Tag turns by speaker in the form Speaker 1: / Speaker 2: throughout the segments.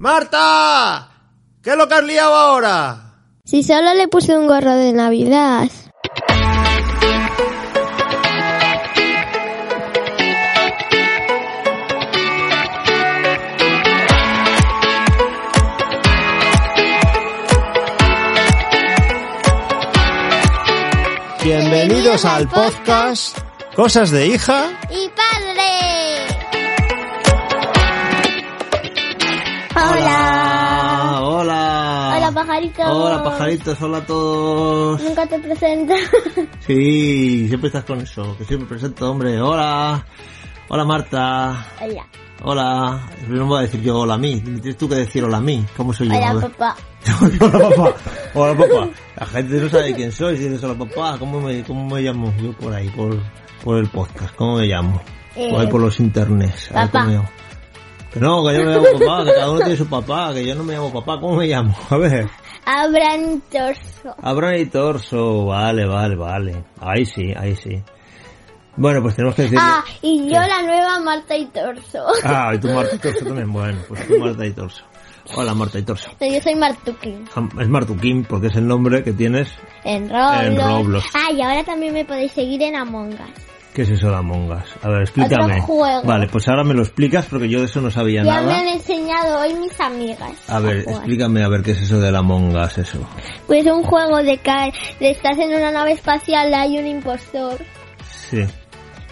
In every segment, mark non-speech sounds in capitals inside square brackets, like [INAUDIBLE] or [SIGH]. Speaker 1: ¡Marta! ¿Qué es lo que has liado ahora?
Speaker 2: Si solo le puse un gorro de Navidad.
Speaker 1: Bienvenidos al podcast Cosas de hija.
Speaker 2: ¡Y padre!
Speaker 3: Hola, Ah, hola.
Speaker 2: Hola, pajaritos.
Speaker 3: Hola, pajaritos, hola a todos.
Speaker 2: Nunca te presento. [LAUGHS]
Speaker 3: Sí, siempre estás con eso, que siempre presento, hombre. Hola. Hola, Marta.
Speaker 2: Hola.
Speaker 3: Hola. No me voy a decir yo hola a mí. Tienes tú que decir hola a mí. ¿Cómo soy yo?
Speaker 2: Hola, papá.
Speaker 3: [LAUGHS] hola, papá. Hola, papá. [LAUGHS] La gente no sabe quién soy. Si dices hola, papá, ¿cómo me, cómo me llamo? Yo por ahí, por, por el podcast. ¿Cómo me llamo?
Speaker 2: Eh,
Speaker 3: por ahí por los internets. A ver
Speaker 2: papá.
Speaker 3: cómo me llamo. Que no, que yo no me llamo papá, que cada uno tiene su papá, que yo no me llamo papá. ¿Cómo me llamo? A ver.
Speaker 2: Abran torso.
Speaker 3: Abrón y torso, vale, vale, vale. Ahí sí, ahí sí. Bueno, pues tenemos que decir...
Speaker 2: Ah, y yo la nueva Marta y torso. [LAUGHS]
Speaker 3: Ah, y tu Marta y torso también. Bueno, pues tu Marta y torso. Hola, Marta y torso.
Speaker 2: No, Yo soy Martuki.
Speaker 3: Es Martuquín porque es el nombre que tienes.
Speaker 2: En Roblox.
Speaker 3: En Roblox.
Speaker 2: Ah, y ahora también me podéis seguir en Among Us.
Speaker 3: ¿Qué es eso de Among Us? A ver, explícame.
Speaker 2: Otro juego.
Speaker 3: Vale, pues ahora me lo explicas porque yo de eso no sabía
Speaker 2: Ya, eh. me
Speaker 3: nada.
Speaker 2: han enseñado hoy mis amigas.
Speaker 3: A ver,
Speaker 2: jugar.
Speaker 3: explícame a ver qué es eso del Among Us, eso.
Speaker 2: Pues un juego de caer. de Estás en una nave espacial, hay un impostor.
Speaker 3: Sí.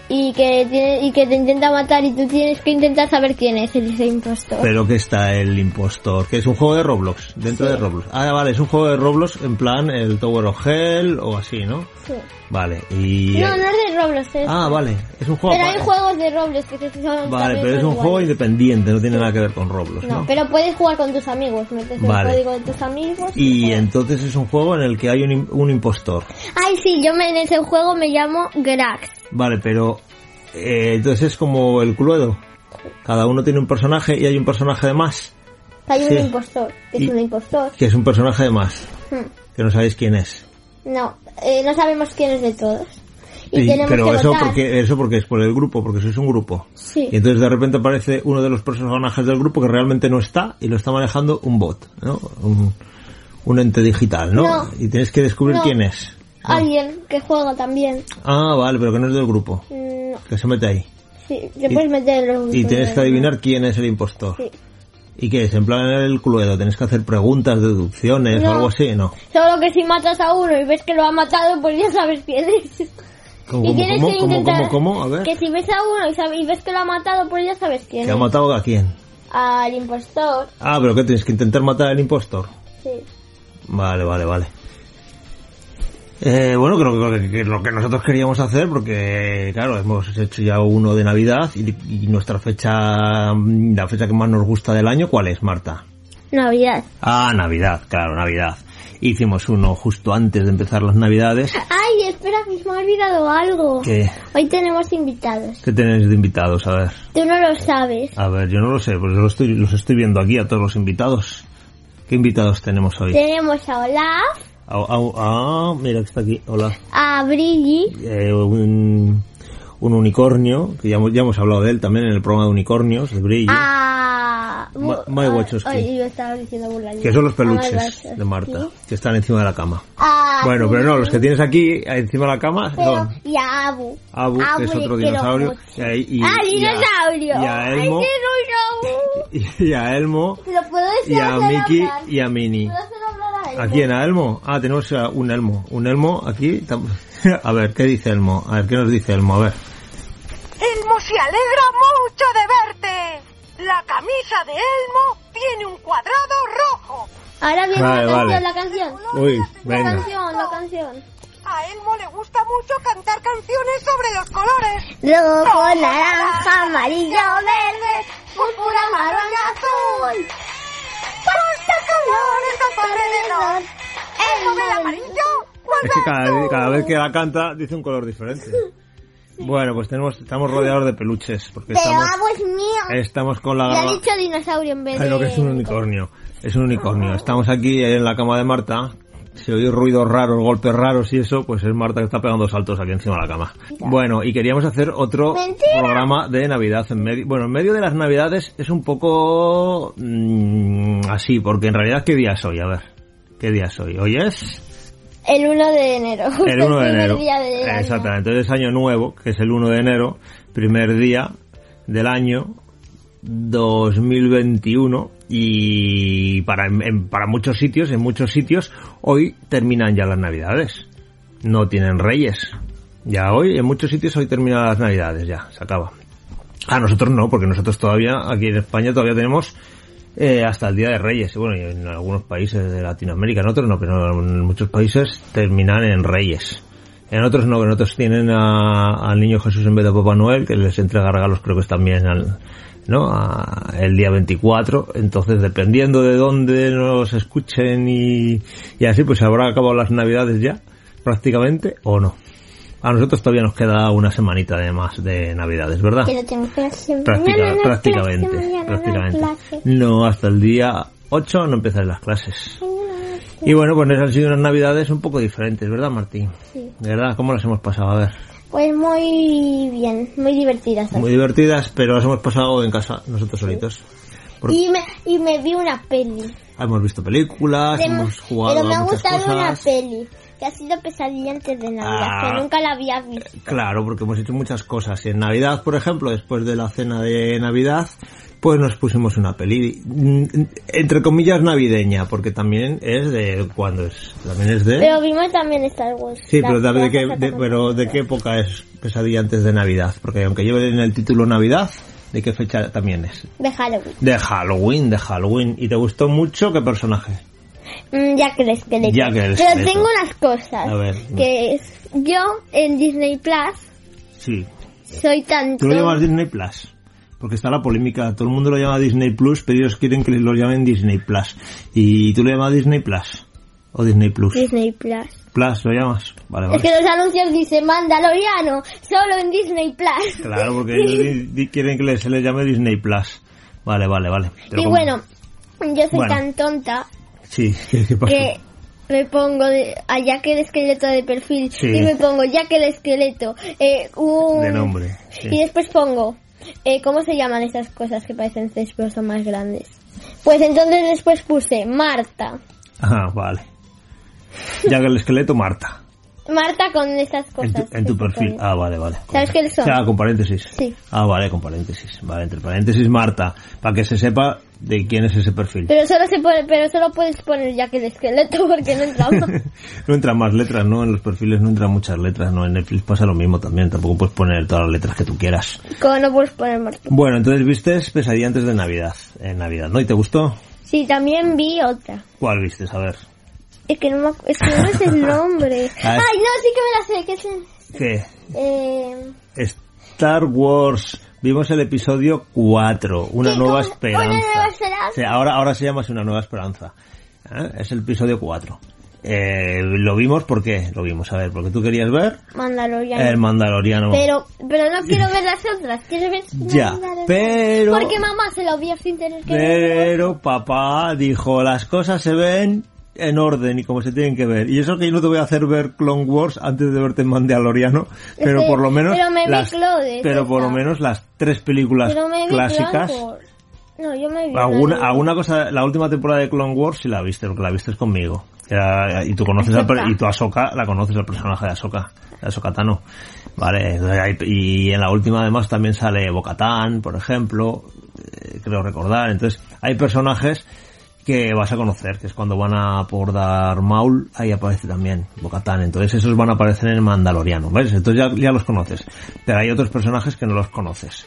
Speaker 2: Y que, tiene- y que te intenta matar y tú tienes que intentar saber quién es el- ese impostor.
Speaker 3: Pero que está el impostor, que es un juego de Roblox, dentro de Roblox. Ah, vale, es un juego de Roblox en plan el Tower of Hell o así, ¿no?
Speaker 2: Sí.
Speaker 3: Vale, y...
Speaker 2: No, no es de Roblox. es-
Speaker 3: Ah, vale, es un juego...
Speaker 2: pero hay
Speaker 3: aparte.
Speaker 2: juegos de Roblox que se son
Speaker 3: Vale,
Speaker 2: también
Speaker 3: pero es
Speaker 2: son
Speaker 3: un juego
Speaker 2: iguales.
Speaker 3: independiente, no tiene nada que ver con Roblox, ¿no?
Speaker 2: No, pero puedes jugar con tus amigos. Metes
Speaker 3: Vale.
Speaker 2: el código de tus amigos.
Speaker 3: Y
Speaker 2: juegas.
Speaker 3: entonces es un juego en el que hay un, im- un impostor.
Speaker 2: Ay, sí, yo me, en ese juego me llamo Grax.
Speaker 3: Vale, pero... eh, entonces es como el Cluedo. Cada uno tiene un personaje y hay un personaje de más,
Speaker 2: Hay
Speaker 3: Sí.
Speaker 2: un impostor. Es
Speaker 3: Y-
Speaker 2: un impostor.
Speaker 3: que es un personaje de más,
Speaker 2: Hmm.
Speaker 3: que no sabéis quién es.
Speaker 2: No, eh, no sabemos quién es de todos. Y
Speaker 3: Sí,
Speaker 2: tenemos
Speaker 3: pero
Speaker 2: que
Speaker 3: eso
Speaker 2: votar.
Speaker 3: porque eso porque es por el grupo, porque sois un grupo.
Speaker 2: Sí.
Speaker 3: Y entonces de repente aparece uno de los personajes del grupo que realmente no está y lo está manejando un bot, ¿no? Un, un ente digital, ¿no?
Speaker 2: No.
Speaker 3: Y tienes que descubrir
Speaker 2: No.
Speaker 3: quién es.
Speaker 2: Alguien que juega también.
Speaker 3: Ah, vale, pero que no es del grupo,
Speaker 2: Mm, No,
Speaker 3: que se mete ahí.
Speaker 2: sí, le puedes meter los
Speaker 3: Y tienes que adivinar quién es el impostor.
Speaker 2: Sí.
Speaker 3: ¿Y qué es? En plan el cluedo, tienes que hacer preguntas, deducciones
Speaker 2: No.
Speaker 3: o algo así, ¿no?
Speaker 2: Solo que si matas a uno y ves que lo ha matado, pues ya sabes quién es.
Speaker 3: ¿Eh? ¿Cómo,
Speaker 2: y
Speaker 3: cómo,
Speaker 2: tienes
Speaker 3: cómo,
Speaker 2: que
Speaker 3: cómo,
Speaker 2: intentar...
Speaker 3: cómo, cómo? A ver.
Speaker 2: Que si ves a uno y, sab- y ves que lo ha matado, pues ya sabes quién
Speaker 3: ¿Que ha
Speaker 2: es.
Speaker 3: matado a quién?
Speaker 2: Al impostor.
Speaker 3: Ah, pero que tienes que intentar matar al impostor.
Speaker 2: Sí.
Speaker 3: Vale, vale, vale. Eh, bueno, creo que- creo que lo que nosotros queríamos hacer, porque claro, hemos hecho ya uno de Navidad y, y nuestra fecha, mm, la fecha que más nos gusta del año, ¿cuál es, Marta?
Speaker 2: Navidad.
Speaker 3: Ah, Navidad, claro, Navidad. Hicimos uno justo antes de empezar las Navidades.
Speaker 2: Ay, espera, que se me ha olvidado algo.
Speaker 3: ¿Qué,
Speaker 2: Hoy tenemos invitados.
Speaker 3: qué tenéis de invitados? A ver,
Speaker 2: Tú no lo sabes.
Speaker 3: a ver, yo no lo sé, pues yo lo estoy, los estoy viendo aquí a todos los invitados. ¿Qué invitados tenemos hoy?
Speaker 2: Tenemos a Olaf,
Speaker 3: Ah, ah, ah, mira que está aquí, hola.
Speaker 2: a Brilli,
Speaker 3: eh, un, un unicornio, que ya hemos, ya hemos hablado de él también en el programa de unicornios, de brillo,
Speaker 2: Ah, a...
Speaker 3: Ma- Mike Wachowski.
Speaker 2: Ay, yo estaba diciendo burlando.
Speaker 3: que son los
Speaker 2: A Mike
Speaker 3: peluches
Speaker 2: Wachowski.
Speaker 3: de Marta, que están encima de la cama.
Speaker 2: A-
Speaker 3: Bueno, pero no, los que tienes aquí eh, encima de la cama
Speaker 2: Ah, Pero-
Speaker 3: son
Speaker 2: Y a Abu.
Speaker 3: Abu, que es
Speaker 2: le
Speaker 3: otro
Speaker 2: quiero
Speaker 3: dinosaurio,
Speaker 2: mucho.
Speaker 3: y a, y-
Speaker 2: ¡Ah,
Speaker 3: y a-
Speaker 2: dinosaurio!
Speaker 3: y a Elmo,
Speaker 2: ¡Ay, dinosaurio!
Speaker 3: [LAUGHS] y a Elmo,
Speaker 2: Lo puedo decir
Speaker 3: y a
Speaker 2: hacer
Speaker 3: Mickey
Speaker 2: hablar.
Speaker 3: y a Minnie.
Speaker 2: ¿Puedo hacer hablar a Elmo?
Speaker 3: ¿A quién? ¿A Elmo? Ah, tenemos a un Elmo. Un Elmo aquí. tam- [LAUGHS] A ver, ¿qué dice Elmo? A ver, ¿qué nos dice Elmo? A ver.
Speaker 4: Elmo se alegra mucho de verte. La camisa de Elmo tiene un cuadrado rojo.
Speaker 2: Ahora viene
Speaker 3: Vale,
Speaker 2: la canción,
Speaker 3: vale.
Speaker 2: la canción.
Speaker 3: Uy,
Speaker 2: La
Speaker 3: venga.
Speaker 2: canción, la canción.
Speaker 4: A Elmo le gusta mucho cantar canciones sobre los colores.
Speaker 2: Rojo, naranja, amarillo, verde, púrpura, marrón, azul.
Speaker 4: ¡Cuántos colores aparecen! El sobre el amarillo.
Speaker 3: Es que cada, cada vez que la canta dice un color diferente. Bueno, pues tenemos, estamos rodeados de peluches, porque
Speaker 2: Pero
Speaker 3: estamos,
Speaker 2: Abu es mío.
Speaker 3: estamos con la
Speaker 2: Le ha
Speaker 3: gama-
Speaker 2: dicho dinosaurio en vez
Speaker 3: Ah,
Speaker 2: de...
Speaker 3: no, que es un unicornio. Es un unicornio. Estamos aquí en la cama de Marta, Si oís ruidos raros, golpes raros y eso, pues es Marta que está pegando saltos aquí encima de la cama. Bueno, y queríamos hacer otro
Speaker 2: Mentira.
Speaker 3: programa de Navidad en medio. Bueno, en medio de las Navidades es un poco mm, así, porque en realidad, ¿qué día es hoy? A ver, ¿qué día es hoy? Hoy es
Speaker 2: El 1 de enero. justo
Speaker 3: el
Speaker 2: [LAUGHS]
Speaker 3: 1 de
Speaker 2: primer
Speaker 3: enero.
Speaker 2: día de Navidad.
Speaker 3: Exactamente, entonces año nuevo, que es el 1 de enero, primer día del año 2021 y para, en- para muchos sitios, en muchos sitios, hoy terminan ya las navidades. No tienen reyes. Ya hoy, en muchos sitios hoy terminan las navidades, ya, se acaba. A nosotros no, porque nosotros todavía, aquí en España todavía tenemos eh, hasta el Día de Reyes. Y bueno, y en algunos países de Latinoamérica, en otros no, pero en muchos países terminan en Reyes. En otros no, en otros tienen a- al Niño Jesús en vez de a Papá Noel, que les entrega regalos creo que es también al, ¿no? A- el día 24. Entonces, dependiendo de dónde nos escuchen y, y así, pues habrá acabado las navidades ya, prácticamente, o no. A nosotros todavía nos queda una semanita de más de navidades, ¿verdad?
Speaker 2: Que lo tengo clase.
Speaker 3: Práctica-
Speaker 2: Mañana no hay clase,
Speaker 3: prácticamente,
Speaker 2: mañana no hay
Speaker 3: prácticamente.
Speaker 2: clase.
Speaker 3: No, hasta el día 8 no empiezan las clases. Y bueno, pues han sido unas navidades un poco diferentes, ¿verdad, Martín?
Speaker 2: Sí.
Speaker 3: ¿Verdad? ¿Cómo las hemos pasado? A ver.
Speaker 2: Pues muy bien, muy divertidas.
Speaker 3: Muy divertidas, pero las hemos pasado en casa, nosotros solitos. Porque
Speaker 2: Y me, y me vi una peli.
Speaker 3: hemos visto películas,
Speaker 2: Pero-
Speaker 3: hemos jugado
Speaker 2: pero me
Speaker 3: a
Speaker 2: ha
Speaker 3: muchas
Speaker 2: gustado una
Speaker 3: cosas.
Speaker 2: peli que ha sido pesadilla antes de Navidad,
Speaker 3: Ah.
Speaker 2: que nunca la había visto.
Speaker 3: Claro, porque hemos hecho muchas cosas. Y en Navidad, por ejemplo, después de la cena de Navidad, pues nos pusimos una peli, mm, entre comillas, navideña, porque también es de... ¿Cuándo es? También es de...
Speaker 2: Pero vimos también Star Wars.
Speaker 3: ¿Eh? Sí,
Speaker 2: La-
Speaker 3: pero de, de
Speaker 2: la
Speaker 3: qué,
Speaker 2: casa
Speaker 3: de-
Speaker 2: con-
Speaker 3: pero ¿de qué época es Pesadilla antes de Navidad? Porque aunque lleve en el título Navidad, ¿de qué fecha también es?
Speaker 2: De Halloween.
Speaker 3: De Halloween, de Halloween. ¿Y te gustó mucho qué personaje?
Speaker 2: Mm, ya que el esqueleto.
Speaker 3: Jack el
Speaker 2: pero
Speaker 3: esqueleto.
Speaker 2: tengo unas cosas.
Speaker 3: A ver.
Speaker 2: Que es- yo en Disney Plus
Speaker 3: Sí.
Speaker 2: soy tanto.
Speaker 3: ¿Tú lo llamas Disney Plus? Porque está la polémica. Todo el mundo lo llama Disney Plus, pero ellos quieren que lo llamen Disney Plus. ¿Y tú lo llamas Disney Plus? ¿O Disney Plus?
Speaker 2: Disney Plus.
Speaker 3: ¿Plus lo llamas? Vale,
Speaker 2: Es
Speaker 3: vale.
Speaker 2: [LAUGHS] que los anuncios dicen Mandaloriano, solo en Disney Plus.
Speaker 3: Claro, porque ellos di- di- quieren que le- se les llame Disney Plus. Vale, vale, vale. Te lo
Speaker 2: y
Speaker 3: compro.
Speaker 2: bueno, yo soy
Speaker 3: Bueno. Pues
Speaker 2: tan tonta
Speaker 3: Sí, [LAUGHS] ¿qué, qué pasó?
Speaker 2: que me pongo de- a Jack el esqueleto de perfil
Speaker 3: Sí.
Speaker 2: y me pongo Jack el esqueleto. eh, un-
Speaker 3: De nombre, sí.
Speaker 2: Y después pongo, eh, ¿cómo se llaman esas cosas que parecen cestos pero son más grandes? Pues entonces después puse Marta.
Speaker 3: Ah, vale. Ya que el esqueleto, Marta.
Speaker 2: Marta con estas
Speaker 3: En
Speaker 2: cosas.
Speaker 3: tu, en tu
Speaker 2: que se
Speaker 3: perfil.
Speaker 2: ponen.
Speaker 3: Ah, vale, vale.
Speaker 2: ¿Sabes quiénes son?
Speaker 3: Ah, con paréntesis.
Speaker 2: Sí.
Speaker 3: Ah, vale, con paréntesis. Vale, entre paréntesis, Marta. Para que se sepa de quién es ese perfil.
Speaker 2: Pero solo se pone, pero solo puedes poner Jack el esqueleto [LAUGHS] porque no entramos.
Speaker 3: no entran más letras, ¿no? En los perfiles no entran muchas letras, ¿no? En Netflix pasa lo mismo también. Tampoco puedes poner todas las letras que tú quieras.
Speaker 2: Como no puedes poner Marta.
Speaker 3: Bueno, entonces viste Pesadilla antes de Navidad. En Navidad, ¿no? ¿Y te gustó?
Speaker 2: Sí, también vi otra.
Speaker 3: ¿Cuál viste? A ver.
Speaker 2: Es que no, me, acu- es que no es el nombre.
Speaker 3: [LAUGHS] Ah, es-
Speaker 2: Ay, no, sí que me la sé. Que es, el-
Speaker 3: ¿Qué?
Speaker 2: eh,
Speaker 3: Star Wars. Vimos el episodio 4, Una
Speaker 2: Sí,
Speaker 3: Nueva
Speaker 2: como-
Speaker 3: Esperanza.
Speaker 2: Una Nueva Esperanza.
Speaker 3: Sí, ahora, ahora se llama así, Una Nueva Esperanza. ¿Eh? Es el episodio 4. Eh, lo vimos porque, lo vimos, a ver, porque tú querías ver
Speaker 2: Mandalorian.
Speaker 3: el Mandaloriano.
Speaker 2: pero, pero no quiero ver las otras. Quiero ver
Speaker 3: Ya,
Speaker 2: Mandalorian.
Speaker 3: pero-
Speaker 2: Porque mamá se lo vio sin tener que ver.
Speaker 3: Pero papá dijo, las cosas se ven en orden y como se tienen que ver. Y eso que yo no te voy a hacer ver Clone Wars antes de verte en Mandaloriano, pero
Speaker 2: que-
Speaker 3: por lo menos
Speaker 2: pero me vi
Speaker 3: las,
Speaker 2: Clones,
Speaker 3: pero por lo
Speaker 2: esta.
Speaker 3: menos las tres películas
Speaker 2: Pero me vi
Speaker 3: clásicas.
Speaker 2: Blanco. No, yo me vi.
Speaker 3: Alguna,
Speaker 2: Blanco.
Speaker 3: alguna cosa, la última temporada de Clone Wars sí la viste, porque la viste conmigo. Era- y tú conoces al per-
Speaker 2: Ahsoka.
Speaker 3: y tú a Ahsoka la conoces al personaje de Ahsoka, de Ahsoka Tano. Vale, entonces ahí- y en la última además también sale Bocatán, por ejemplo, eh, creo recordar. Entonces, hay personajes que vas a conocer, que es cuando van a por Dar Maul, ahí aparece también Bocatán. Entonces esos van a aparecer en Mandaloriano, ¿ves? Entonces ya, ya los conoces. Pero hay otros personajes que no los conoces.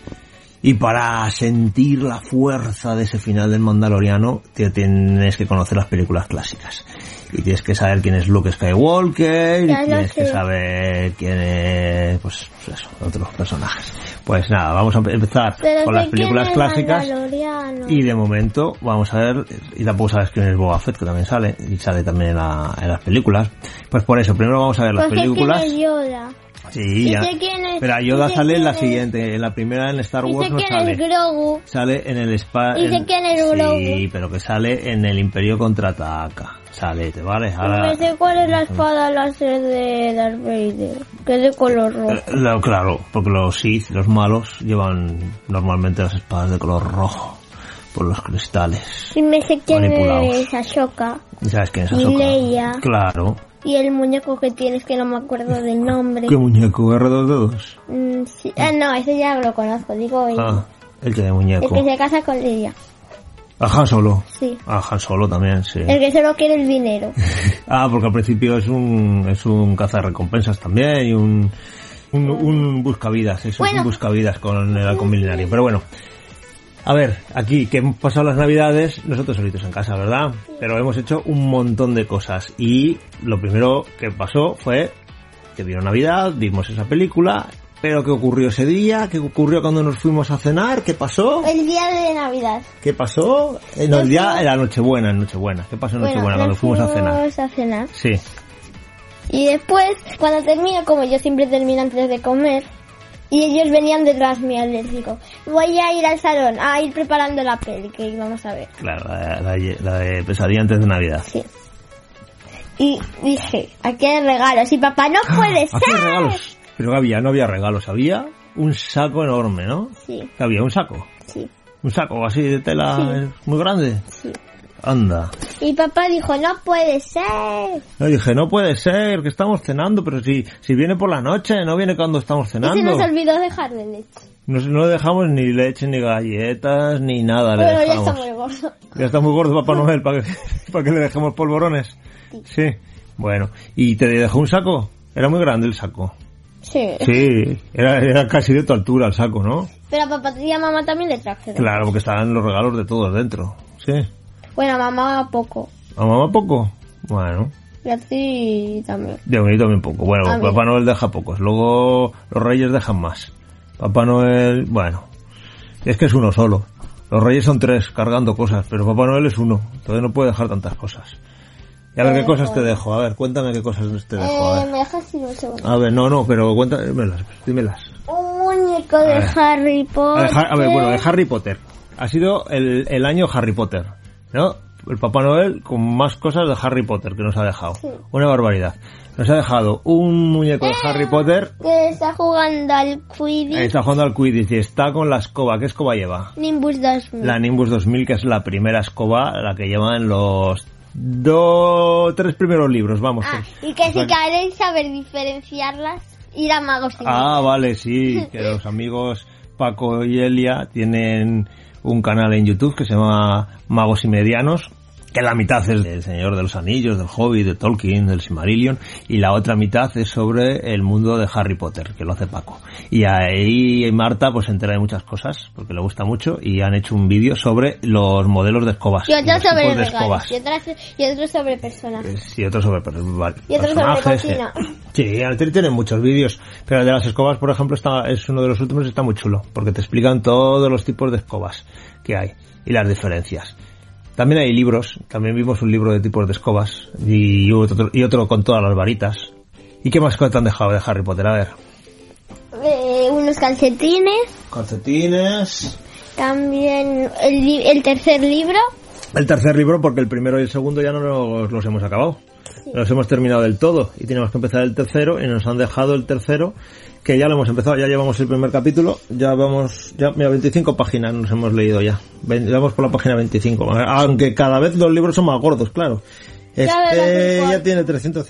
Speaker 3: Y para sentir la fuerza de ese final del Mandaloriano, te tienes que conocer las películas clásicas. Y tienes que saber quién es Luke Skywalker, y
Speaker 2: Ya lo
Speaker 3: tienes que
Speaker 2: sé.
Speaker 3: saber quién es, pues, pues eso, otros personajes. Pues nada, vamos a empezar
Speaker 2: Pero
Speaker 3: Ah, con
Speaker 2: sé
Speaker 3: las
Speaker 2: quién
Speaker 3: películas
Speaker 2: es
Speaker 3: clásicas.
Speaker 2: Mandaloriano.
Speaker 3: Y de momento, vamos a ver, y tampoco sabes quién es Boba Fett, que también sale, y sale también en, la- en las películas. Pues por eso, primero vamos a ver las
Speaker 2: Pues sé quién
Speaker 3: películas.
Speaker 2: es Yoda.
Speaker 3: Sí,
Speaker 2: ¿Y
Speaker 3: ya.
Speaker 2: sé quién es?
Speaker 3: Pero a
Speaker 2: ¿Y
Speaker 3: Yoda
Speaker 2: sé
Speaker 3: sale en la
Speaker 2: quién es?
Speaker 3: siguiente, en la primera en Star Wars
Speaker 2: Dice
Speaker 3: no
Speaker 2: que eres
Speaker 3: sale.
Speaker 2: Grogu.
Speaker 3: Sale en el spa.
Speaker 2: Dice que en el
Speaker 3: Sí,
Speaker 2: Grogu.
Speaker 3: pero que sale en el Imperio contraataca. Sale, ¿te vale? Ahora-
Speaker 2: No Pues sé cuál es la espada láser de Darth Vader, que es de color rojo.
Speaker 3: Eh, lo- claro, porque los Sith, los malos, llevan normalmente las espadas de color rojo por los cristales.
Speaker 2: Y me sé quién
Speaker 3: manipulaos.
Speaker 2: es Ashoka
Speaker 3: ¿Y ¿Sabes quién es
Speaker 2: Y
Speaker 3: Ahsoka?
Speaker 2: Leia.
Speaker 3: Claro.
Speaker 2: y el muñeco que tienes que no me acuerdo del nombre.
Speaker 3: ¿Qué muñeco? R2D2.
Speaker 2: Mm, sí. Ah, no, ese ya lo conozco, digo el,
Speaker 3: Ah, el que de
Speaker 2: el
Speaker 3: muñeco.
Speaker 2: que se casa con Leia.
Speaker 3: A Han Solo.
Speaker 2: Sí.
Speaker 3: A Han Solo también, sí.
Speaker 2: El que solo quiere el dinero. [LAUGHS]
Speaker 3: Ah, porque al principio es un es un cazarrecompensas también y un un, un buscavidas, eso es
Speaker 2: Bueno.
Speaker 3: un buscavidas con el halcón milenario. Pero bueno, a ver, aquí que hemos pasado las navidades nosotros solitos en casa, ¿verdad? Pero hemos hecho un montón de cosas y lo primero que pasó fue que vino Navidad, vimos esa película, pero ¿qué ocurrió ese día? ¿Qué ocurrió cuando nos fuimos a cenar? ¿Qué pasó?
Speaker 2: El día de Navidad.
Speaker 3: ¿Qué pasó? Eh, No, el día era Nochebuena, en Nochebuena. ¿Qué pasó en Nochebuena cuando
Speaker 2: nos
Speaker 3: fuimos a cenar?
Speaker 2: fuimos a cenar.
Speaker 3: Sí.
Speaker 2: Y después, cuando termino, como yo siempre termino antes de comer, y ellos venían detrás mío, les digo, voy a ir al salón a ir preparando la peli que íbamos a ver.
Speaker 3: Claro, la, la- la de pesadilla antes de Navidad.
Speaker 2: Sí. Y dije, aquí hay regalos. Y papá, no puede
Speaker 3: Ah, qué
Speaker 2: ser.
Speaker 3: regalos? Pero que había, no había regalos, había un saco enorme, ¿no?
Speaker 2: Sí,
Speaker 3: Que había un saco,
Speaker 2: sí,
Speaker 3: un saco así de tela eh, muy grande.
Speaker 2: sí.
Speaker 3: Anda.
Speaker 2: Y papá dijo, no puede ser.
Speaker 3: Yo dije, no puede ser, que estamos cenando, pero si, si viene por la noche, no viene cuando estamos
Speaker 2: Y se
Speaker 3: cenando.
Speaker 2: nos olvidó dejar de leche.
Speaker 3: No, no le dejamos ni leche, ni galletas, ni nada. Le
Speaker 2: Bueno, ya
Speaker 3: dejamos.
Speaker 2: está muy gordo.
Speaker 3: Ya está muy gordo Papá Noel para que, [LAUGHS] para que le dejemos polvorones. Sí. Bueno, ¿y te dejó un saco? Era muy grande el saco.
Speaker 2: Sí.
Speaker 3: Sí, era, era casi de tu altura el saco, ¿no?
Speaker 2: Pero a papá y a mamá también le traje. regalos.
Speaker 3: Claro, porque estaban los regalos de todos dentro. Sí.
Speaker 2: Bueno, a mamá poco.
Speaker 3: ¿A mamá poco? Bueno,
Speaker 2: Y a ti también.
Speaker 3: de bonito también poco. Bueno,
Speaker 2: A ver.
Speaker 3: Papá Noel deja pocos. Luego los Reyes dejan más. Papá Noel, bueno, es que es uno solo. Los Reyes son tres cargando cosas, pero Papá Noel es uno. Entonces no puede dejar tantas cosas. Y a ver
Speaker 2: Te
Speaker 3: qué cosas
Speaker 2: dejo.
Speaker 3: te dejo. A ver, cuéntame qué cosas te dejo. A
Speaker 2: Eh,
Speaker 3: ver,
Speaker 2: me dejas ir un segundo.
Speaker 3: a ver no, no, pero cuéntamelas, dímelas.
Speaker 2: Un muñeco de
Speaker 3: ver.
Speaker 2: Harry
Speaker 3: Ah. A,
Speaker 2: Potter.
Speaker 3: ver, Har- a ver, bueno, de Harry Potter. Ha sido el, el año Harry Potter, ¿no? El Papá Noel con más cosas de Harry Potter que nos ha dejado. Una barbaridad. Nos ha dejado un muñeco de Harry Potter.
Speaker 2: Que está jugando al Quidditch
Speaker 3: Está jugando al Quidditch y está con la escoba. ¿Qué escoba lleva?
Speaker 2: Nimbus 2000.
Speaker 3: La Nimbus 2000, que es la primera escoba, la que llevan los dos, tres primeros libros, vamos.
Speaker 2: Ah,
Speaker 3: que-
Speaker 2: y que si
Speaker 3: Vale.
Speaker 2: queréis saber diferenciarlas, ir a Magos y
Speaker 3: Ah, vale, sí, que los amigos Paco y Elia tienen un canal en YouTube que se llama Magos y Medianos, que la mitad es del Señor de los Anillos, del Hobbit, de Tolkien, del Silmarillion, y la otra mitad es sobre el mundo de Harry Potter, que lo hace Paco. Y ahí Marta pues se entera de muchas cosas, porque le gusta mucho, y han hecho un vídeo sobre los modelos de escobas.
Speaker 2: Y
Speaker 3: los
Speaker 2: otras
Speaker 3: tipos
Speaker 2: sobre
Speaker 3: pues de
Speaker 2: regalos.
Speaker 3: escobas.
Speaker 2: Y otras, y otros sobre personas.
Speaker 3: Pues, y otro sobre per- va-
Speaker 2: Y otro sobre
Speaker 3: personajes,
Speaker 2: cocina.
Speaker 3: eh. Sí, Alteri tiene muchos vídeos, pero el de las escobas, por ejemplo, está, es uno de los últimos y está muy chulo, porque te explican todos los tipos de escobas que hay y las diferencias. También hay libros, también vimos un libro de tipos de escobas y otro, y otro con todas las varitas. ¿Y qué más cosas te han dejado de Harry Potter? A ver.
Speaker 2: Eh, unos calcetines.
Speaker 3: Calcetines.
Speaker 2: También el, li- el tercer libro.
Speaker 3: El tercer libro, porque el primero y el segundo ya no los, los hemos acabado. Los hemos terminado del todo y tenemos que empezar el tercero y nos han dejado el tercero que ya lo hemos empezado, ya llevamos el primer capítulo, ya vamos, ya, mira, 25 páginas nos hemos leído ya. Ven- vamos por la página 25, aunque cada vez los libros son más gordos, claro.
Speaker 2: Ya verás
Speaker 3: Este
Speaker 2: el cual.
Speaker 3: ya tiene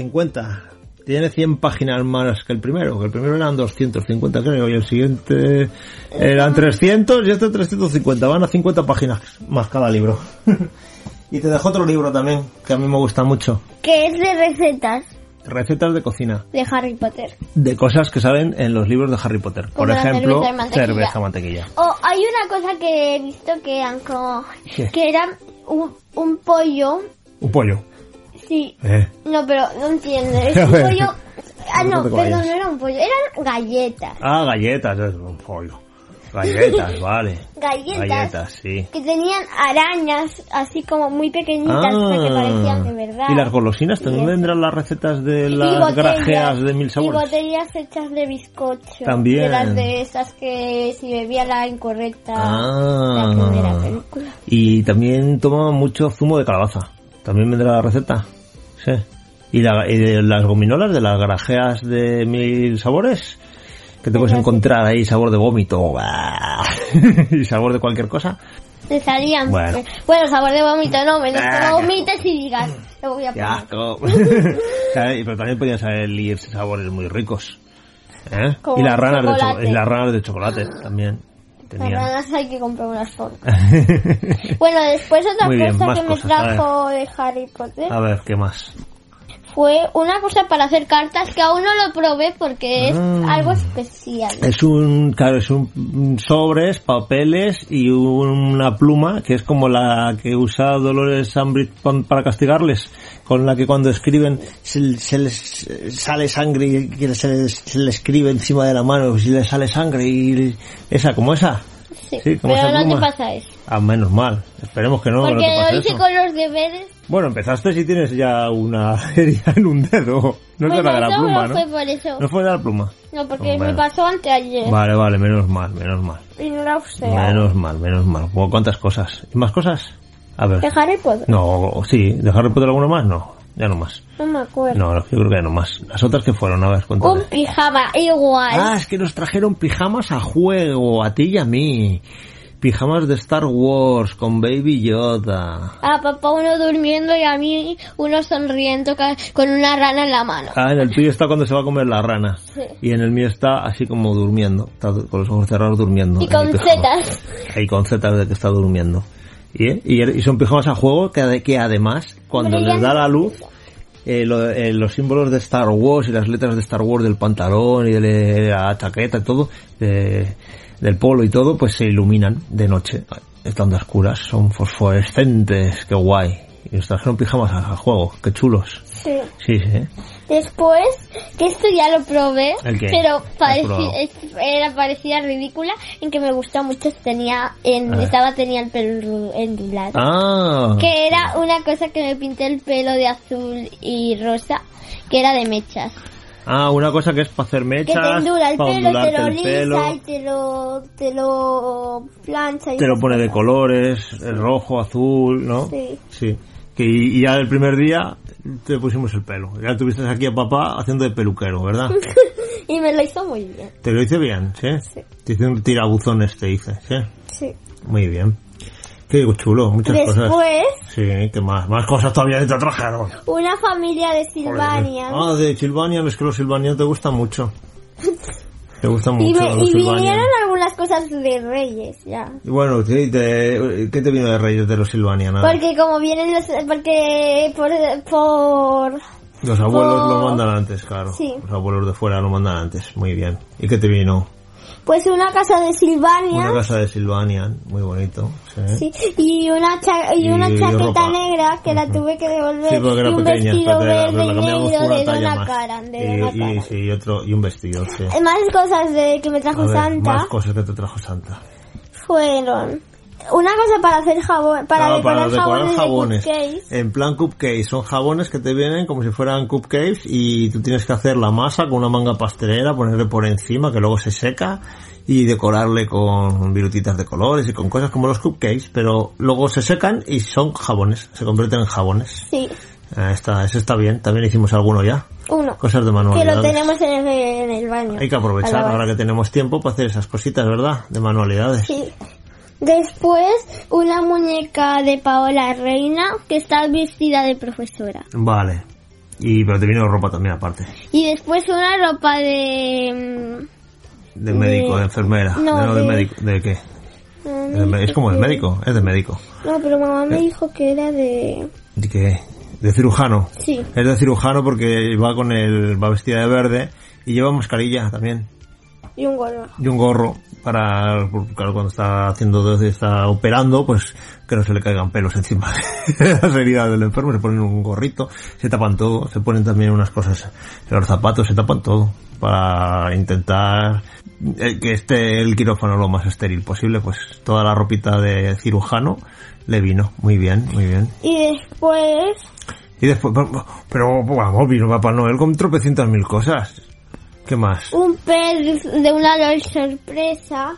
Speaker 3: 350. Tiene 100 páginas más que el primero, que el primero eran 250 creo, y el siguiente
Speaker 2: Ah.
Speaker 3: eran 300 y este 350, van a 50 páginas más cada libro.
Speaker 2: [LAUGHS]
Speaker 3: y te dejo otro libro también, que a mí me gusta mucho,
Speaker 2: Que es de recetas
Speaker 3: Recetas de cocina,
Speaker 2: de Harry Potter.
Speaker 3: de cosas que salen en los libros de Harry Potter.
Speaker 2: Como
Speaker 3: Por
Speaker 2: la
Speaker 3: ejemplo,
Speaker 2: cerveza y mantequilla.
Speaker 3: cerveza mantequilla.
Speaker 2: Oh, hay una cosa que he visto que eran como...
Speaker 3: ¿Qué?
Speaker 2: Que eran un, un pollo.
Speaker 3: Un pollo.
Speaker 2: Sí.
Speaker 3: Eh.
Speaker 2: No, pero no entiendes.
Speaker 3: [LAUGHS]
Speaker 2: Es
Speaker 3: A
Speaker 2: un
Speaker 3: ver.
Speaker 2: pollo... Ah,
Speaker 3: No
Speaker 2: no,
Speaker 3: te
Speaker 2: perdón,
Speaker 3: vayas.
Speaker 2: no era un pollo. Eran galletas.
Speaker 3: Ah, galletas, es un pollo. Galletas,
Speaker 2: [LAUGHS]
Speaker 3: vale.
Speaker 2: Galletas.
Speaker 3: Galletas, sí.
Speaker 2: que tenían arañas así como muy pequeñitas o sea, que parecían de verdad.
Speaker 3: Ah. ¿Y las golosinas? ¿También
Speaker 2: Y-
Speaker 3: vendrán las recetas de
Speaker 2: Y
Speaker 3: las
Speaker 2: botellas-
Speaker 3: grajeas de mil
Speaker 2: Y
Speaker 3: sabores?
Speaker 2: botellas hechas de bizcocho.
Speaker 3: También.
Speaker 2: De las de esas que si bebía la incorrecta. La primera
Speaker 3: Ah.
Speaker 2: película.
Speaker 3: Y también tomaban mucho zumo de calabaza. ¿También vendrá la receta? Sí. ¿Y, la- y de las gominolas de las grajeas de mil sabores? Que te puedes encontrar ahí sabor de vómito [LAUGHS] ¡buah! y sabor de cualquier cosa.
Speaker 2: Te salían.
Speaker 3: Bueno.
Speaker 2: Bueno. sabor de vómito no, menos que
Speaker 3: Ah,
Speaker 2: no vomites y digas, lo voy a
Speaker 3: ¡Qué
Speaker 2: poner.
Speaker 3: asco!
Speaker 2: [LAUGHS]
Speaker 3: Claro, y- Pero también podían salir sabores muy ricos. ¿Eh?
Speaker 2: Como
Speaker 3: Y las ranas de
Speaker 2: chocolate.
Speaker 3: cho- y las ranas de chocolate también.
Speaker 2: Las
Speaker 3: Tenían.
Speaker 2: ranas hay que comprar unas sola. Bueno, después otra
Speaker 3: Muy bien,
Speaker 2: cosa
Speaker 3: más
Speaker 2: que
Speaker 3: cosas, Ah.
Speaker 2: me trajo de Harry
Speaker 3: [LAUGHS]
Speaker 2: Potter
Speaker 3: A ver, ¿qué más?
Speaker 2: fue una cosa para hacer cartas que aún no lo probé porque es
Speaker 3: Ah.
Speaker 2: algo especial.
Speaker 3: Es un, claro, es un un sobres, papeles y una pluma que es como la que usa Dolores Umbridge pon- para castigarles, con la que cuando escriben se, se les eh, sale sangre y que se les, se les escribe encima de la mano si les sale sangre y esa, como esa.
Speaker 2: Sí,
Speaker 3: sí, como
Speaker 2: pero
Speaker 3: esa
Speaker 2: no te
Speaker 3: pluma.
Speaker 2: pasa eso.
Speaker 3: Ah, menos mal. Esperemos que no. que no
Speaker 2: Porque
Speaker 3: te pase
Speaker 2: lo hice
Speaker 3: eso.
Speaker 2: con los deberes.
Speaker 3: Bueno, empezaste si tienes ya una [LAUGHS] herida en un dedo. No
Speaker 2: Bueno,
Speaker 3: es la de la
Speaker 2: Pues no,
Speaker 3: pluma,
Speaker 2: no
Speaker 3: ¿no?
Speaker 2: fue Eh. por eso.
Speaker 3: No fue de la pluma.
Speaker 2: No, porque
Speaker 3: Bueno.
Speaker 2: me pasó anteayer.
Speaker 3: Vale, vale, menos mal, menos mal.
Speaker 2: Y no la usé.
Speaker 3: Menos mal, menos mal. Buah, ¿Cuántas cosas? ¿Y más cosas? A ver.
Speaker 2: De Harry Potter.
Speaker 3: No, sí, ¿dejar repetir alguna más? No, ya no más.
Speaker 2: No me acuerdo.
Speaker 3: No, yo creo que ya no más. Las otras que fueron, a ver, cuéntame.
Speaker 2: Un pijama igual.
Speaker 3: Ah, es que nos trajeron pijamas a juego, a ti y a mí. Pijamas de Star Wars con Baby Yoda.
Speaker 2: A papá uno durmiendo y a mí uno sonriendo ca- con una rana en la mano.
Speaker 3: Ah, en el tuyo está cuando se va a comer la rana.
Speaker 2: Sí.
Speaker 3: Y en el mío está así como durmiendo. Está du- con los ojos cerrados durmiendo.
Speaker 2: Y
Speaker 3: en
Speaker 2: con
Speaker 3: el pijama.
Speaker 2: setas.
Speaker 3: Ahí con zetas de que está durmiendo. Y, eh, y, y son pijamas a juego que, ade- que además, cuando
Speaker 2: Brillan.
Speaker 3: les da la luz, eh, lo- eh, los símbolos de Star Wars y las letras de Star Wars del pantalón y de la chaqueta y todo, de- del polo y todo, pues se iluminan de noche. Estando a oscuras, son fosforescentes, qué guay. Y nos trajeron pijamas a, a juego, qué chulos.
Speaker 2: Sí.
Speaker 3: Sí, sí. ¿eh?
Speaker 2: Después, que esto ya lo probé,
Speaker 3: ¿El qué?
Speaker 2: pero pareci-
Speaker 3: ¿Has probado?
Speaker 2: es- era parecía ridícula, en que me gustó mucho, tenía
Speaker 3: A
Speaker 2: en,
Speaker 3: ver.
Speaker 2: estaba tenía el pelo enrulado.
Speaker 3: Ah,
Speaker 2: Que era una cosa que me pinté el pelo de azul y rosa, que era de mechas.
Speaker 3: ah, una cosa que es para hacer mechas,
Speaker 2: Que te endura el
Speaker 3: para
Speaker 2: pelo, te lo
Speaker 3: ondularte el
Speaker 2: lisa
Speaker 3: pelo.
Speaker 2: y te lo, te lo plancha. Y
Speaker 3: te lo
Speaker 2: esas
Speaker 3: pone de
Speaker 2: cosas.
Speaker 3: colores, el rojo, azul, ¿no?
Speaker 2: Sí.
Speaker 3: Que y y ya el primer día te pusimos el pelo. Ya tuviste aquí a papá haciendo de peluquero,
Speaker 2: [LAUGHS]
Speaker 3: ¿verdad?
Speaker 2: Y me lo hizo muy bien.
Speaker 3: te lo hice bien, ¿sí?
Speaker 2: Sí.
Speaker 3: Te hice un tirabuzones, te hice, ¿sí?
Speaker 2: Sí.
Speaker 3: Muy bien. Qué chulo, muchas cosas.
Speaker 2: Después,
Speaker 3: Sí, que más, más cosas todavía te trajeron.
Speaker 2: una familia de Silvania.
Speaker 3: Ah, de Silvania, es que los Silvania te gustan
Speaker 2: [LAUGHS]
Speaker 3: mucho. Te gustan
Speaker 2: y,
Speaker 3: mucho
Speaker 2: me-
Speaker 3: los
Speaker 2: y
Speaker 3: Silvania.
Speaker 2: vinieron algunas cosas de reyes, ya.
Speaker 3: Y Bueno, sí, te- ¿qué te vino de Reyes de los Silvania? Nada.
Speaker 2: Porque como vienen los... Porque por... por
Speaker 3: Los abuelos
Speaker 2: Por-
Speaker 3: lo mandan antes, claro.
Speaker 2: Sí.
Speaker 3: Los abuelos de fuera lo mandan antes. Muy bien. ¿Y qué te vino?
Speaker 2: pues una casa de
Speaker 3: Una
Speaker 2: Silvania.
Speaker 3: casa de Silvania, muy bonito. Sí.
Speaker 2: sí, y una, cha- y una
Speaker 3: Y
Speaker 2: chaqueta
Speaker 3: ropa.
Speaker 2: negra que la tuve que devolver.
Speaker 3: Sí, porque
Speaker 2: y
Speaker 3: era
Speaker 2: un
Speaker 3: pequeña,
Speaker 2: vestido
Speaker 3: espérate, la-
Speaker 2: verde
Speaker 3: la
Speaker 2: y
Speaker 3: cambiamos
Speaker 2: negro
Speaker 3: por
Speaker 2: de
Speaker 3: una talla
Speaker 2: Donna
Speaker 3: más.
Speaker 2: Karan. De Donna
Speaker 3: y, y,
Speaker 2: Karan.
Speaker 3: sí, y otro, y un vestido, sí.
Speaker 2: Eh, Más cosas de que me
Speaker 3: A
Speaker 2: trajo
Speaker 3: ver,
Speaker 2: Santa
Speaker 3: más cosas que te trajo Santa.
Speaker 2: fueron una cosa para hacer jabón, para
Speaker 3: Ah,
Speaker 2: decorar, jabones,
Speaker 3: jabones.
Speaker 2: de cupcakes.
Speaker 3: En plan cupcakes. Son jabones que te vienen como si fueran cupcakes y tú tienes que hacer la masa con una manga pastelera, ponerle por encima que luego se seca y decorarle con virutitas de colores y con cosas como los cupcakes, pero luego se secan y son jabones, se convierten en jabones.
Speaker 2: Sí,
Speaker 3: Ah, está, eso está bien, también hicimos alguno ya.
Speaker 2: uno.
Speaker 3: Cosas de
Speaker 2: Que lo
Speaker 3: manualidades.
Speaker 2: tenemos en el, en el baño.
Speaker 3: Hay que aprovechar
Speaker 2: A la
Speaker 3: ahora que tenemos tiempo para hacer esas cositas, ¿verdad? De manualidades.
Speaker 2: Sí. Después, una muñeca de Paola Reina que está vestida de profesora.
Speaker 3: Vale. Y pero te vino ropa también aparte.
Speaker 2: Y después una ropa de... mm,
Speaker 3: De médico, de, enfermera.
Speaker 2: no,
Speaker 3: de, Mm, de
Speaker 2: de-
Speaker 3: médico. ¿De qué?
Speaker 2: mm,
Speaker 3: De me- es como de médico, Eh. es de médico.
Speaker 2: No, pero mamá me dijo que era de...
Speaker 3: ¿De qué? De cirujano.
Speaker 2: Sí.
Speaker 3: Es de cirujano porque va con el, va vestida de verde y lleva mascarilla también.
Speaker 2: Y un gorro.
Speaker 3: y un gorro para por- claro, cuando está haciendo está operando pues que no se le caigan pelos encima de [LAUGHS] las heridas del enfermo se ponen un gorrito se tapan todo se ponen también unas cosas los zapatos se tapan todo para intentar eh, que esté el quirófano lo más estéril posible pues toda la ropita de cirujano le vino muy bien muy bien
Speaker 2: Y después,
Speaker 3: y después pero, pero, vamos vino Papá Noel con tropecientas mil cosas ¿qué más?
Speaker 2: un pez de una LOL sorpresa.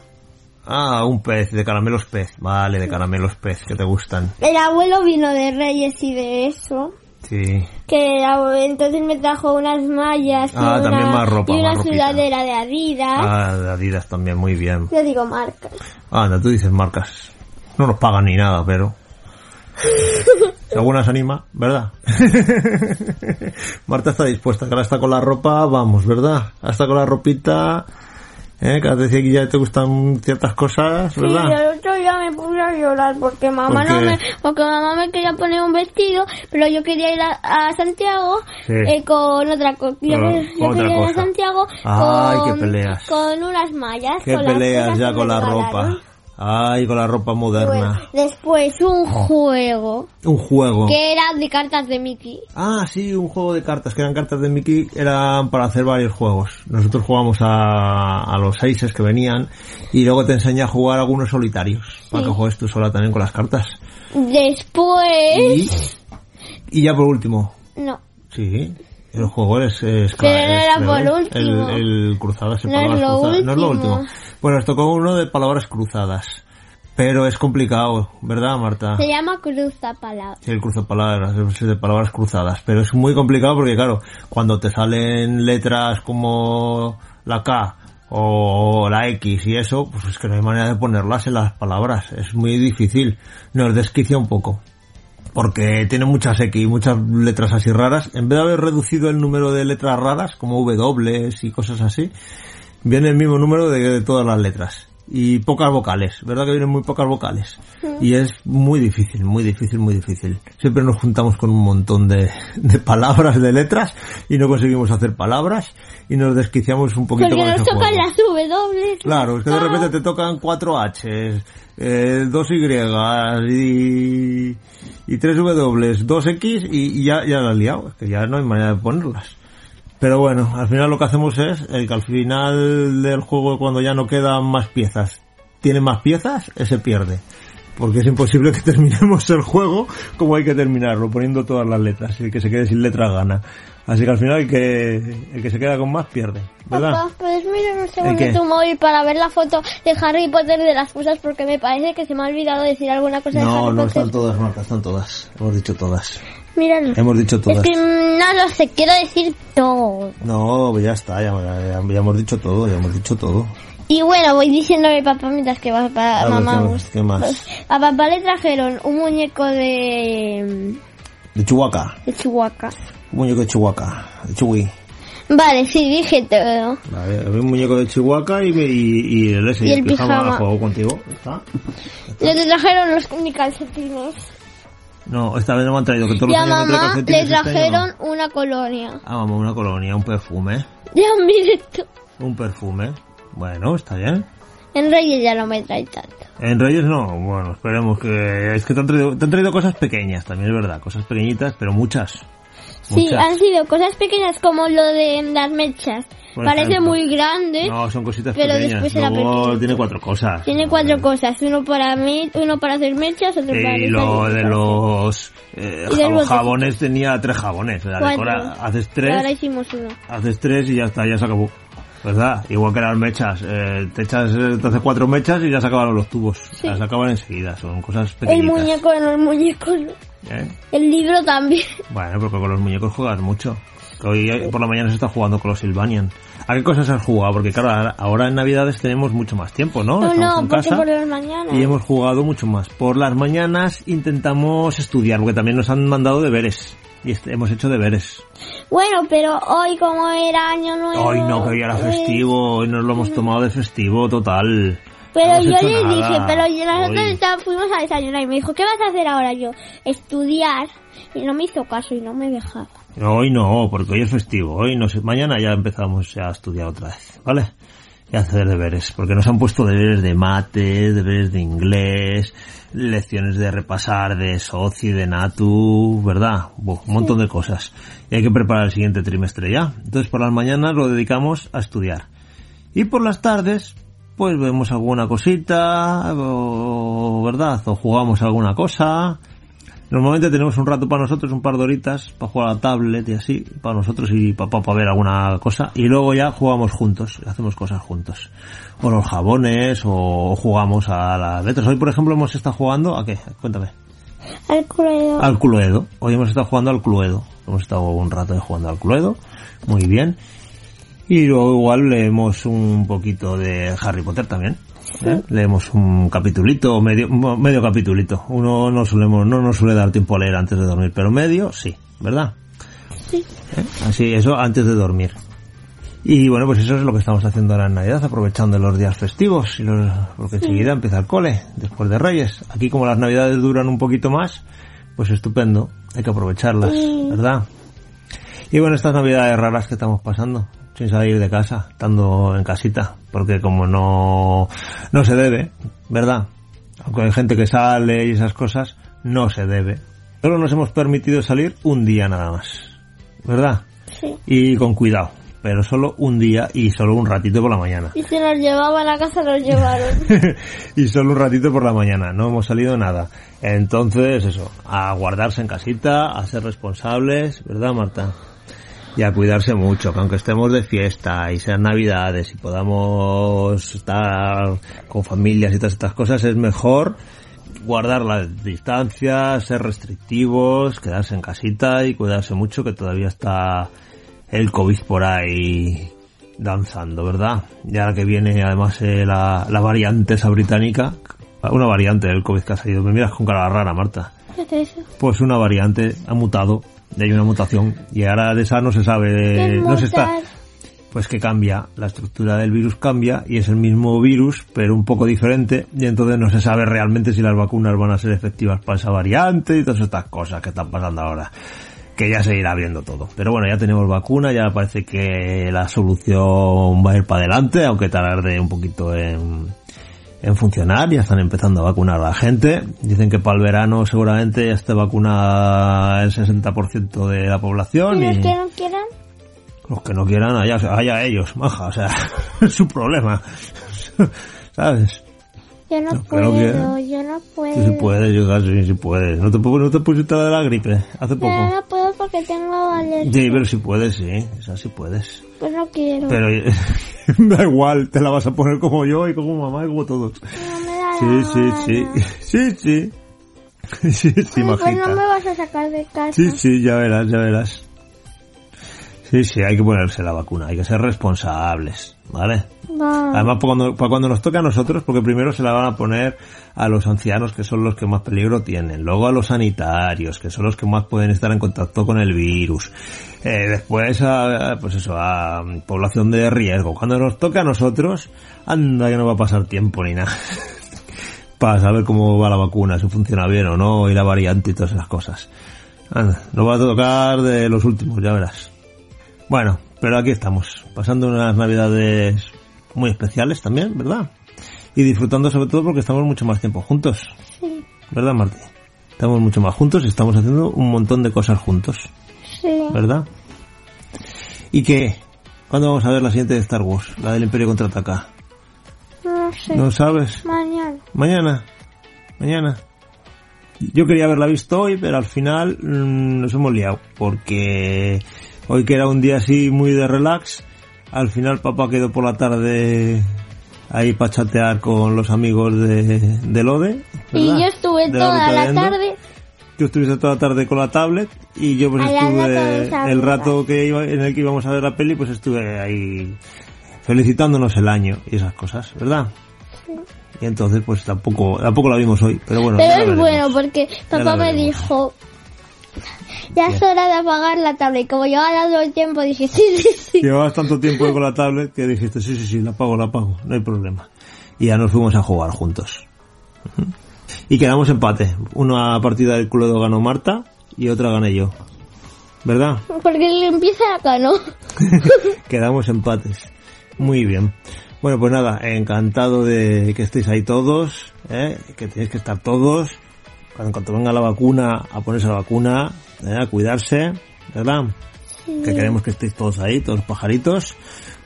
Speaker 3: Ah, un pez, de caramelos pez. Vale, de caramelos pez, que te gustan.
Speaker 2: El abuelo vino de Reyes y de eso. ¿Eh?
Speaker 3: Sí.
Speaker 2: Que la- entonces me trajo unas mallas y
Speaker 3: Ah, también
Speaker 2: una,
Speaker 3: más ropa,
Speaker 2: y una
Speaker 3: más ropita.
Speaker 2: sudadera de Adidas.
Speaker 3: Ah, de Adidas también, muy bien.
Speaker 2: Yo digo marcas.
Speaker 3: Anda, tú dices marcas. No nos pagan ni nada,
Speaker 2: [LAUGHS]
Speaker 3: pero... Si alguna se anima, ¿verdad? [LAUGHS] Marta está dispuesta, que ahora está con la ropa, vamos, ¿verdad? Ahora está con la ropita... ¿Eh? Que te decía que ya te gustan ciertas cosas,
Speaker 2: Sí, y
Speaker 3: ¿verdad?
Speaker 2: el otro día me puse a llorar porque mamá
Speaker 3: ¿Por
Speaker 2: no
Speaker 3: qué?
Speaker 2: me, porque mamá me quería poner un vestido, pero yo quería ir a, a Santiago
Speaker 3: Sí.
Speaker 2: eh, con otra cosa. Yo,
Speaker 3: Con-
Speaker 2: que- yo
Speaker 3: con otra
Speaker 2: quería ir a
Speaker 3: cosa.
Speaker 2: Santiago
Speaker 3: Ay, qué
Speaker 2: con,
Speaker 3: peleas.
Speaker 2: con unas mallas.
Speaker 3: ¿Qué
Speaker 2: con las cosas
Speaker 3: peleas ya
Speaker 2: que
Speaker 3: con
Speaker 2: me
Speaker 3: la ropa? Ah.
Speaker 2: regalaron. Pues,
Speaker 3: Ay, con la ropa
Speaker 2: Bueno,
Speaker 3: moderna.
Speaker 2: después un
Speaker 3: Oh.
Speaker 2: juego
Speaker 3: Un juego.
Speaker 2: que era de cartas de Mickey.
Speaker 3: Ah, sí, un juego de cartas, que eran cartas de Mickey, eran para hacer varios juegos. Nosotros jugamos a, a los seises que venían y luego te enseña a jugar algunos solitarios, para que juegues tú sola también con las cartas.
Speaker 2: Después...
Speaker 3: Y, y ya por último,
Speaker 2: No,
Speaker 3: sí, el juego es... es
Speaker 2: Pero
Speaker 3: es-
Speaker 2: no era por
Speaker 3: el-
Speaker 2: último.
Speaker 3: El, el cruzado, ese
Speaker 2: No es
Speaker 3: palabras
Speaker 2: lo
Speaker 3: cruzadas. No es lo
Speaker 2: último.
Speaker 3: último. Bueno, nos tocó uno de palabras cruzadas, pero es complicado, ¿verdad, Marta?
Speaker 2: se llama cruzapalabra.
Speaker 3: Sí, el cruzapalabras, es de palabras cruzadas. Pero es muy complicado porque, claro, cuando te salen letras como la K o la X y eso, pues es que no hay manera de ponerlas en las palabras. Es muy difícil. Nos desquicia un poco. Porque tiene muchas X, muchas letras así raras. En vez de haber reducido el número de letras raras, como W y cosas así, viene el mismo número de, de todas las letras. Y pocas vocales, ¿verdad que vienen muy pocas vocales? Y es muy difícil, muy difícil, muy difícil. Siempre nos juntamos con un montón de, de palabras, de letras, y no conseguimos hacer palabras, y nos desquiciamos un poquito
Speaker 2: Porque
Speaker 3: con
Speaker 2: nos
Speaker 3: ese
Speaker 2: tocan
Speaker 3: juego.
Speaker 2: las W.
Speaker 3: Claro, es que de repente te tocan cuatro H's, eh, dos Y y, y tres W, dos X y, y ya, ya la has liado, es que ya no hay manera de ponerlas. Pero bueno, al final lo que hacemos es el que al final del juego cuando ya no quedan más piezas, tiene más piezas, ese pierde. Porque es imposible que [LAUGHS] terminemos el juego como hay que terminarlo, poniendo todas las letras. Y el que se quede sin letras gana. Así que al final el que, el que se queda con más pierde. ¿Verdad?
Speaker 2: Papá, pues ¿puedes mirar un
Speaker 3: ¿El qué?
Speaker 2: segundo tu móvil para ver la foto de Harry Potter de las cosas? Porque me parece que se me ha olvidado decir alguna cosa de
Speaker 3: No,
Speaker 2: Harry
Speaker 3: no
Speaker 2: Potter.
Speaker 3: están todas, Marta, están todas. Hemos dicho todas.
Speaker 2: Míralo.
Speaker 3: Hemos dicho
Speaker 2: Es
Speaker 3: Em, todas.
Speaker 2: que no lo sé, quiero decir todo.
Speaker 3: No, ya está, ya, ya- ya hemos dicho todo, ya hemos dicho todo.
Speaker 2: Y bueno, voy diciéndole a papá mientras que va para
Speaker 3: A ver,
Speaker 2: Ah, mamá.
Speaker 3: ¿qué más?
Speaker 2: bus-
Speaker 3: ¿Qué más?
Speaker 2: bus- A papá le trajeron un muñeco de,
Speaker 3: De Chihuahua,
Speaker 2: de Chihuahua.
Speaker 3: un muñeco de Chihuahua, de Chihui.
Speaker 2: Vale, sí, dije todo.
Speaker 3: Vale, había un muñeco de Chihuahua y, y, y el ese,
Speaker 2: Y
Speaker 3: y el
Speaker 2: el
Speaker 3: pijama,
Speaker 2: pijama.
Speaker 3: juego contigo. ¿Está?
Speaker 2: Le trajeron los mini calcetines.
Speaker 3: No, esta vez no me han traído, que todos los
Speaker 2: Y a
Speaker 3: años me traen
Speaker 2: mamá le
Speaker 3: calcetines, este año no.
Speaker 2: trajeron una colonia.
Speaker 3: Ah, mamá, una colonia, un perfume,
Speaker 2: Ya, mire tú.
Speaker 3: un perfume. Bueno, está bien.
Speaker 2: En Reyes ya no me trae tanto.
Speaker 3: En Reyes no, bueno, esperemos que... Es que te han traído, te han traído cosas pequeñas, también es verdad, cosas pequeñitas, pero muchas.
Speaker 2: Sí,
Speaker 3: Muchas.
Speaker 2: han sido cosas pequeñas como lo de las mechas.
Speaker 3: Por
Speaker 2: Parece
Speaker 3: ejemplo.
Speaker 2: muy grande.
Speaker 3: No, son cositas
Speaker 2: pero
Speaker 3: pequeñas.
Speaker 2: después era
Speaker 3: Luego
Speaker 2: pequeñito.
Speaker 3: tiene cuatro cosas.
Speaker 2: Tiene cuatro cosas. Uno para mí, uno para hacer mechas, otro para...
Speaker 3: Y
Speaker 2: hacer
Speaker 3: lo de
Speaker 2: mechas.
Speaker 3: los eh,
Speaker 2: Y del
Speaker 3: jabón-
Speaker 2: botecito.
Speaker 3: jabones tenía tres jabones. La de
Speaker 2: Cuatro.
Speaker 3: Cora haces
Speaker 2: Ahora
Speaker 3: tres,
Speaker 2: hicimos uno.
Speaker 3: haces tres y ya está, ya se acabó. ¿Verdad? Igual que las mechas. eh, te echas, eh, te haces cuatro mechas y ya se acabaron los tubos. Las acaban enseguida, son cosas
Speaker 2: El
Speaker 3: pequeñitas.
Speaker 2: muñeco, los muñecos.
Speaker 3: ¿eh?
Speaker 2: El libro también.
Speaker 3: Bueno, porque con los muñecos juegas mucho. Que Hoy eh, por la mañana se está jugando con los Silvanian. ¿A qué cosas has jugado? Porque claro, ahora- ahora en Navidades tenemos mucho más tiempo, ¿no? Oh,
Speaker 2: No,
Speaker 3: Estamos
Speaker 2: no,
Speaker 3: en
Speaker 2: porque
Speaker 3: casa.
Speaker 2: por las mañanas.
Speaker 3: y hemos jugado mucho más. Por las mañanas intentamos estudiar, porque también nos han mandado deberes. Y est- hemos hecho deberes.
Speaker 2: Bueno, pero hoy como era año nuevo...
Speaker 3: Hoy no, que hoy era
Speaker 2: eh,
Speaker 3: festivo, hoy nos lo hemos tomado de festivo total.
Speaker 2: Pero
Speaker 3: No
Speaker 2: yo
Speaker 3: hemos
Speaker 2: le
Speaker 3: hecho
Speaker 2: dije,
Speaker 3: nada
Speaker 2: pero yo- nosotros
Speaker 3: hoy.
Speaker 2: está- fuimos a desayunar y me dijo, ¿qué vas a hacer ahora yo? Estudiar. Y no me hizo caso y no me dejaba.
Speaker 3: Hoy no, porque hoy es festivo. Hoy no sé, mañana ya empezamos a estudiar otra vez, ¿vale? y hacer deberes, porque nos han puesto deberes de mate, deberes de inglés, lecciones de repasar de soci, de natu, ¿verdad? Bu, un montón de cosas. Y hay que preparar el siguiente trimestre ya. Entonces por las mañanas lo dedicamos a estudiar. Y por las tardes, pues vemos alguna cosita, o, ¿verdad? O jugamos alguna cosa. Normalmente tenemos un rato para nosotros, un par de horitas, para jugar a la tablet y así, para nosotros y para papá para ver alguna cosa. Y luego ya jugamos juntos, hacemos cosas juntos. O los jabones, o jugamos a las letras. Hoy, por ejemplo, hemos estado jugando, ¿a qué? Cuéntame.
Speaker 2: Al Cluedo.
Speaker 3: Al Cluedo. Hoy hemos estado jugando al Cluedo. Hemos estado un rato jugando al Cluedo. Muy bien. Y luego igual leemos un poquito de Harry Potter también. ¿Eh? leemos un capitulito medio medio capitulito uno no solemos no nos suele dar tiempo a leer antes de dormir pero medio sí verdad
Speaker 2: Sí.
Speaker 3: ¿Eh? así eso antes de dormir y bueno pues eso es lo que estamos haciendo ahora en navidad aprovechando los días festivos y los, porque enseguida empieza el cole después de reyes aquí como las navidades duran un poquito más pues estupendo hay que aprovecharlas verdad y bueno estas navidades raras que estamos pasando sin salir de casa, estando en casita, porque como no, no se debe, ¿verdad? Aunque hay gente que sale y esas cosas, no se debe. Solo nos hemos permitido salir un día nada más, ¿verdad?
Speaker 2: Sí.
Speaker 3: Y con cuidado, pero solo un día y solo un ratito por la mañana.
Speaker 2: Y si nos llevaban a casa,
Speaker 3: [LAUGHS]
Speaker 2: nos llevaron.
Speaker 3: y solo un ratito por la mañana, no hemos salido nada. Entonces, eso, a guardarse en casita, a ser responsables, ¿verdad, Marta? Y a cuidarse mucho, que aunque estemos de fiesta y sean navidades y podamos estar con familias y todas estas cosas, es mejor guardar las distancias, ser restrictivos, quedarse en casita y cuidarse mucho, que todavía está el COVID por ahí danzando, ¿verdad? Y ahora que viene además eh, la, la variante esa británica, una variante del COVID que ha salido, me miras con cara rara, Marta
Speaker 2: ¿Qué es eso?
Speaker 3: pues una variante ha mutado y hay una mutación y ahora de esa no se sabe
Speaker 2: ¿Qué
Speaker 3: Eh, no se está
Speaker 2: mutar?
Speaker 3: pues que cambia la estructura del virus cambia y es el mismo virus pero un poco diferente y entonces no se sabe realmente si las vacunas van a ser efectivas para esa variante y todas estas cosas que están pasando ahora que ya se irá viendo todo pero bueno ya tenemos vacuna ya parece que la solución va a ir para adelante aunque tarde un poquito en en funcionar, ya están empezando a vacunar a la gente. Dicen que para el verano seguramente ya esté vacunada el 60% de la población
Speaker 2: ¿Y los
Speaker 3: y
Speaker 2: que no quieran?
Speaker 3: los que no quieran, allá, allá ellos, maja, o sea, [LAUGHS] es su problema. [LAUGHS] ¿Sabes?
Speaker 2: Yo no,
Speaker 3: No, claro
Speaker 2: puedo,
Speaker 3: que-
Speaker 2: yo no puedo.
Speaker 3: Tú sí puedes, yo sí, sí puedes. ¿No te, pu- no te pusiste la de la gripe hace
Speaker 2: Pero
Speaker 3: poco?
Speaker 2: no puedo porque tengo alergia.
Speaker 3: Sí, pero sí puedes, sí, esa sí puedes.
Speaker 2: Pues no quiero.
Speaker 3: Pero [LAUGHS] da igual, te la vas a poner como yo y como mamá y como todos.
Speaker 2: No me da
Speaker 3: Sí,
Speaker 2: la
Speaker 3: sí, sí,
Speaker 2: gana.
Speaker 3: sí, sí. [LAUGHS] Sí, sí,
Speaker 2: Ay, pues no
Speaker 3: majita.
Speaker 2: me vas a sacar de casa.
Speaker 3: Sí, sí, ya verás, ya verás. Sí, sí, hay que ponerse la vacuna, hay que ser responsables, ¿vale?
Speaker 2: Va.
Speaker 3: Además, para cuando, para cuando nos toca a nosotros, porque primero se la van a poner a los ancianos, que son los que más peligro tienen, luego a los sanitarios, que son los que más pueden estar en contacto con el virus, eh, después a, a, pues eso, a mm, población de riesgo. Cuando nos toca a nosotros, anda que no va a pasar tiempo ni nada [LAUGHS] para saber cómo va la vacuna, si funciona bien o no, y la variante y todas esas cosas. Anda, nos va a tocar de los últimos, ya verás. Bueno, pero aquí estamos, pasando unas navidades muy especiales también, ¿verdad? Y disfrutando sobre todo porque estamos mucho más tiempo juntos,
Speaker 2: Sí,
Speaker 3: ¿verdad Martí? Estamos mucho más juntos y estamos haciendo un montón de cosas juntos,
Speaker 2: sí.
Speaker 3: ¿verdad? ¿Y qué? ¿Cuándo vamos a ver la siguiente de Star Wars? La del Imperio Contraataca.
Speaker 2: No sé.
Speaker 3: ¿No sabes?
Speaker 2: Mañana.
Speaker 3: Mañana. Mañana. Yo quería haberla visto hoy, pero al final mm, nos hemos liado. Porque hoy que era un día así muy de relax, al final papá quedó por la tarde ahí para chatear con los amigos de, de Lode.
Speaker 2: Y
Speaker 3: ¿verdad?
Speaker 2: yo estuve
Speaker 3: De
Speaker 2: toda
Speaker 3: Lode
Speaker 2: la
Speaker 3: Cadendo.
Speaker 2: tarde.
Speaker 3: Tú estuviste toda la tarde con la tablet y yo pues
Speaker 2: Al lado con mis
Speaker 3: estuve el
Speaker 2: amigas.
Speaker 3: rato que iba, en el que íbamos a ver la peli, pues estuve ahí felicitándonos el año y esas cosas, ¿verdad? Y entonces pues tampoco, tampoco la vimos hoy, pero bueno. ya la
Speaker 2: Pero es
Speaker 3: veremos.
Speaker 2: bueno porque
Speaker 3: la
Speaker 2: papá me
Speaker 3: veremos.
Speaker 2: dijo, ya es hora de apagar la tablet. Y como yo ha dado el tiempo, dije, sí, sí, sí.
Speaker 3: Llevabas tanto tiempo con la tablet que dijiste, sí, sí, sí, la apago, la apago, no hay problema. Y ya nos fuimos a jugar juntos. Ujú. Y quedamos empate. Una partida del culo ganó Marta y otra gané yo. ¿Verdad?
Speaker 2: Porque le empieza acá, ¿no?
Speaker 3: Quedamos empates. Muy bien. Bueno, pues nada, encantado de que estéis ahí todos, ¿eh? que tenéis que estar todos. Cuando, en cuanto venga la vacuna, a ponerse la vacuna, ¿eh? a cuidarse, ¿verdad? Que queremos que estéis todos ahí, todos los pajaritos.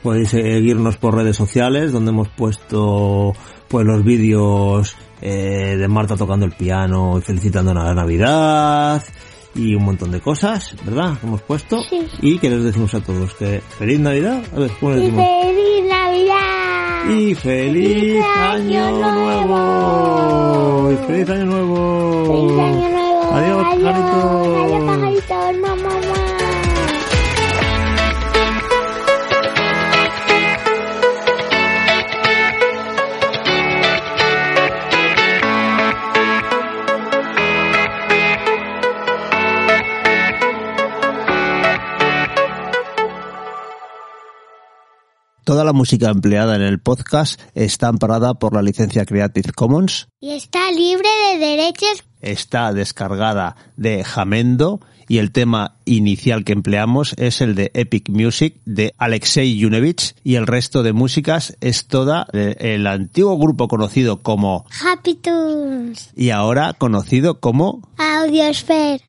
Speaker 3: Podéis seguirnos por redes sociales, donde hemos puesto pues los vídeos eh, de Marta tocando el piano y felicitando la Navidad y un montón de cosas, ¿verdad? Que hemos puesto.
Speaker 2: Sí.
Speaker 3: Y que les decimos a todos que feliz Navidad. A ver, ¿cómo les
Speaker 2: Y
Speaker 3: decimos?
Speaker 2: feliz Navidad.
Speaker 3: Y feliz año nuevo. Y feliz año nuevo.
Speaker 2: Feliz año nuevo.
Speaker 3: Adiós, pajaritos.
Speaker 2: Adiós, pajaritos. Mua, mua, mua.
Speaker 1: Toda la música empleada en el podcast está amparada por la licencia Creative Commons,
Speaker 2: Y está libre de derechos.
Speaker 1: está descargada de Jamendo y el tema inicial que empleamos es el de Epic Music de Alexei Yunevich y el resto de músicas es toda del antiguo grupo conocido como
Speaker 2: Happy Tunes.
Speaker 1: y ahora conocido como
Speaker 2: Audiosphere.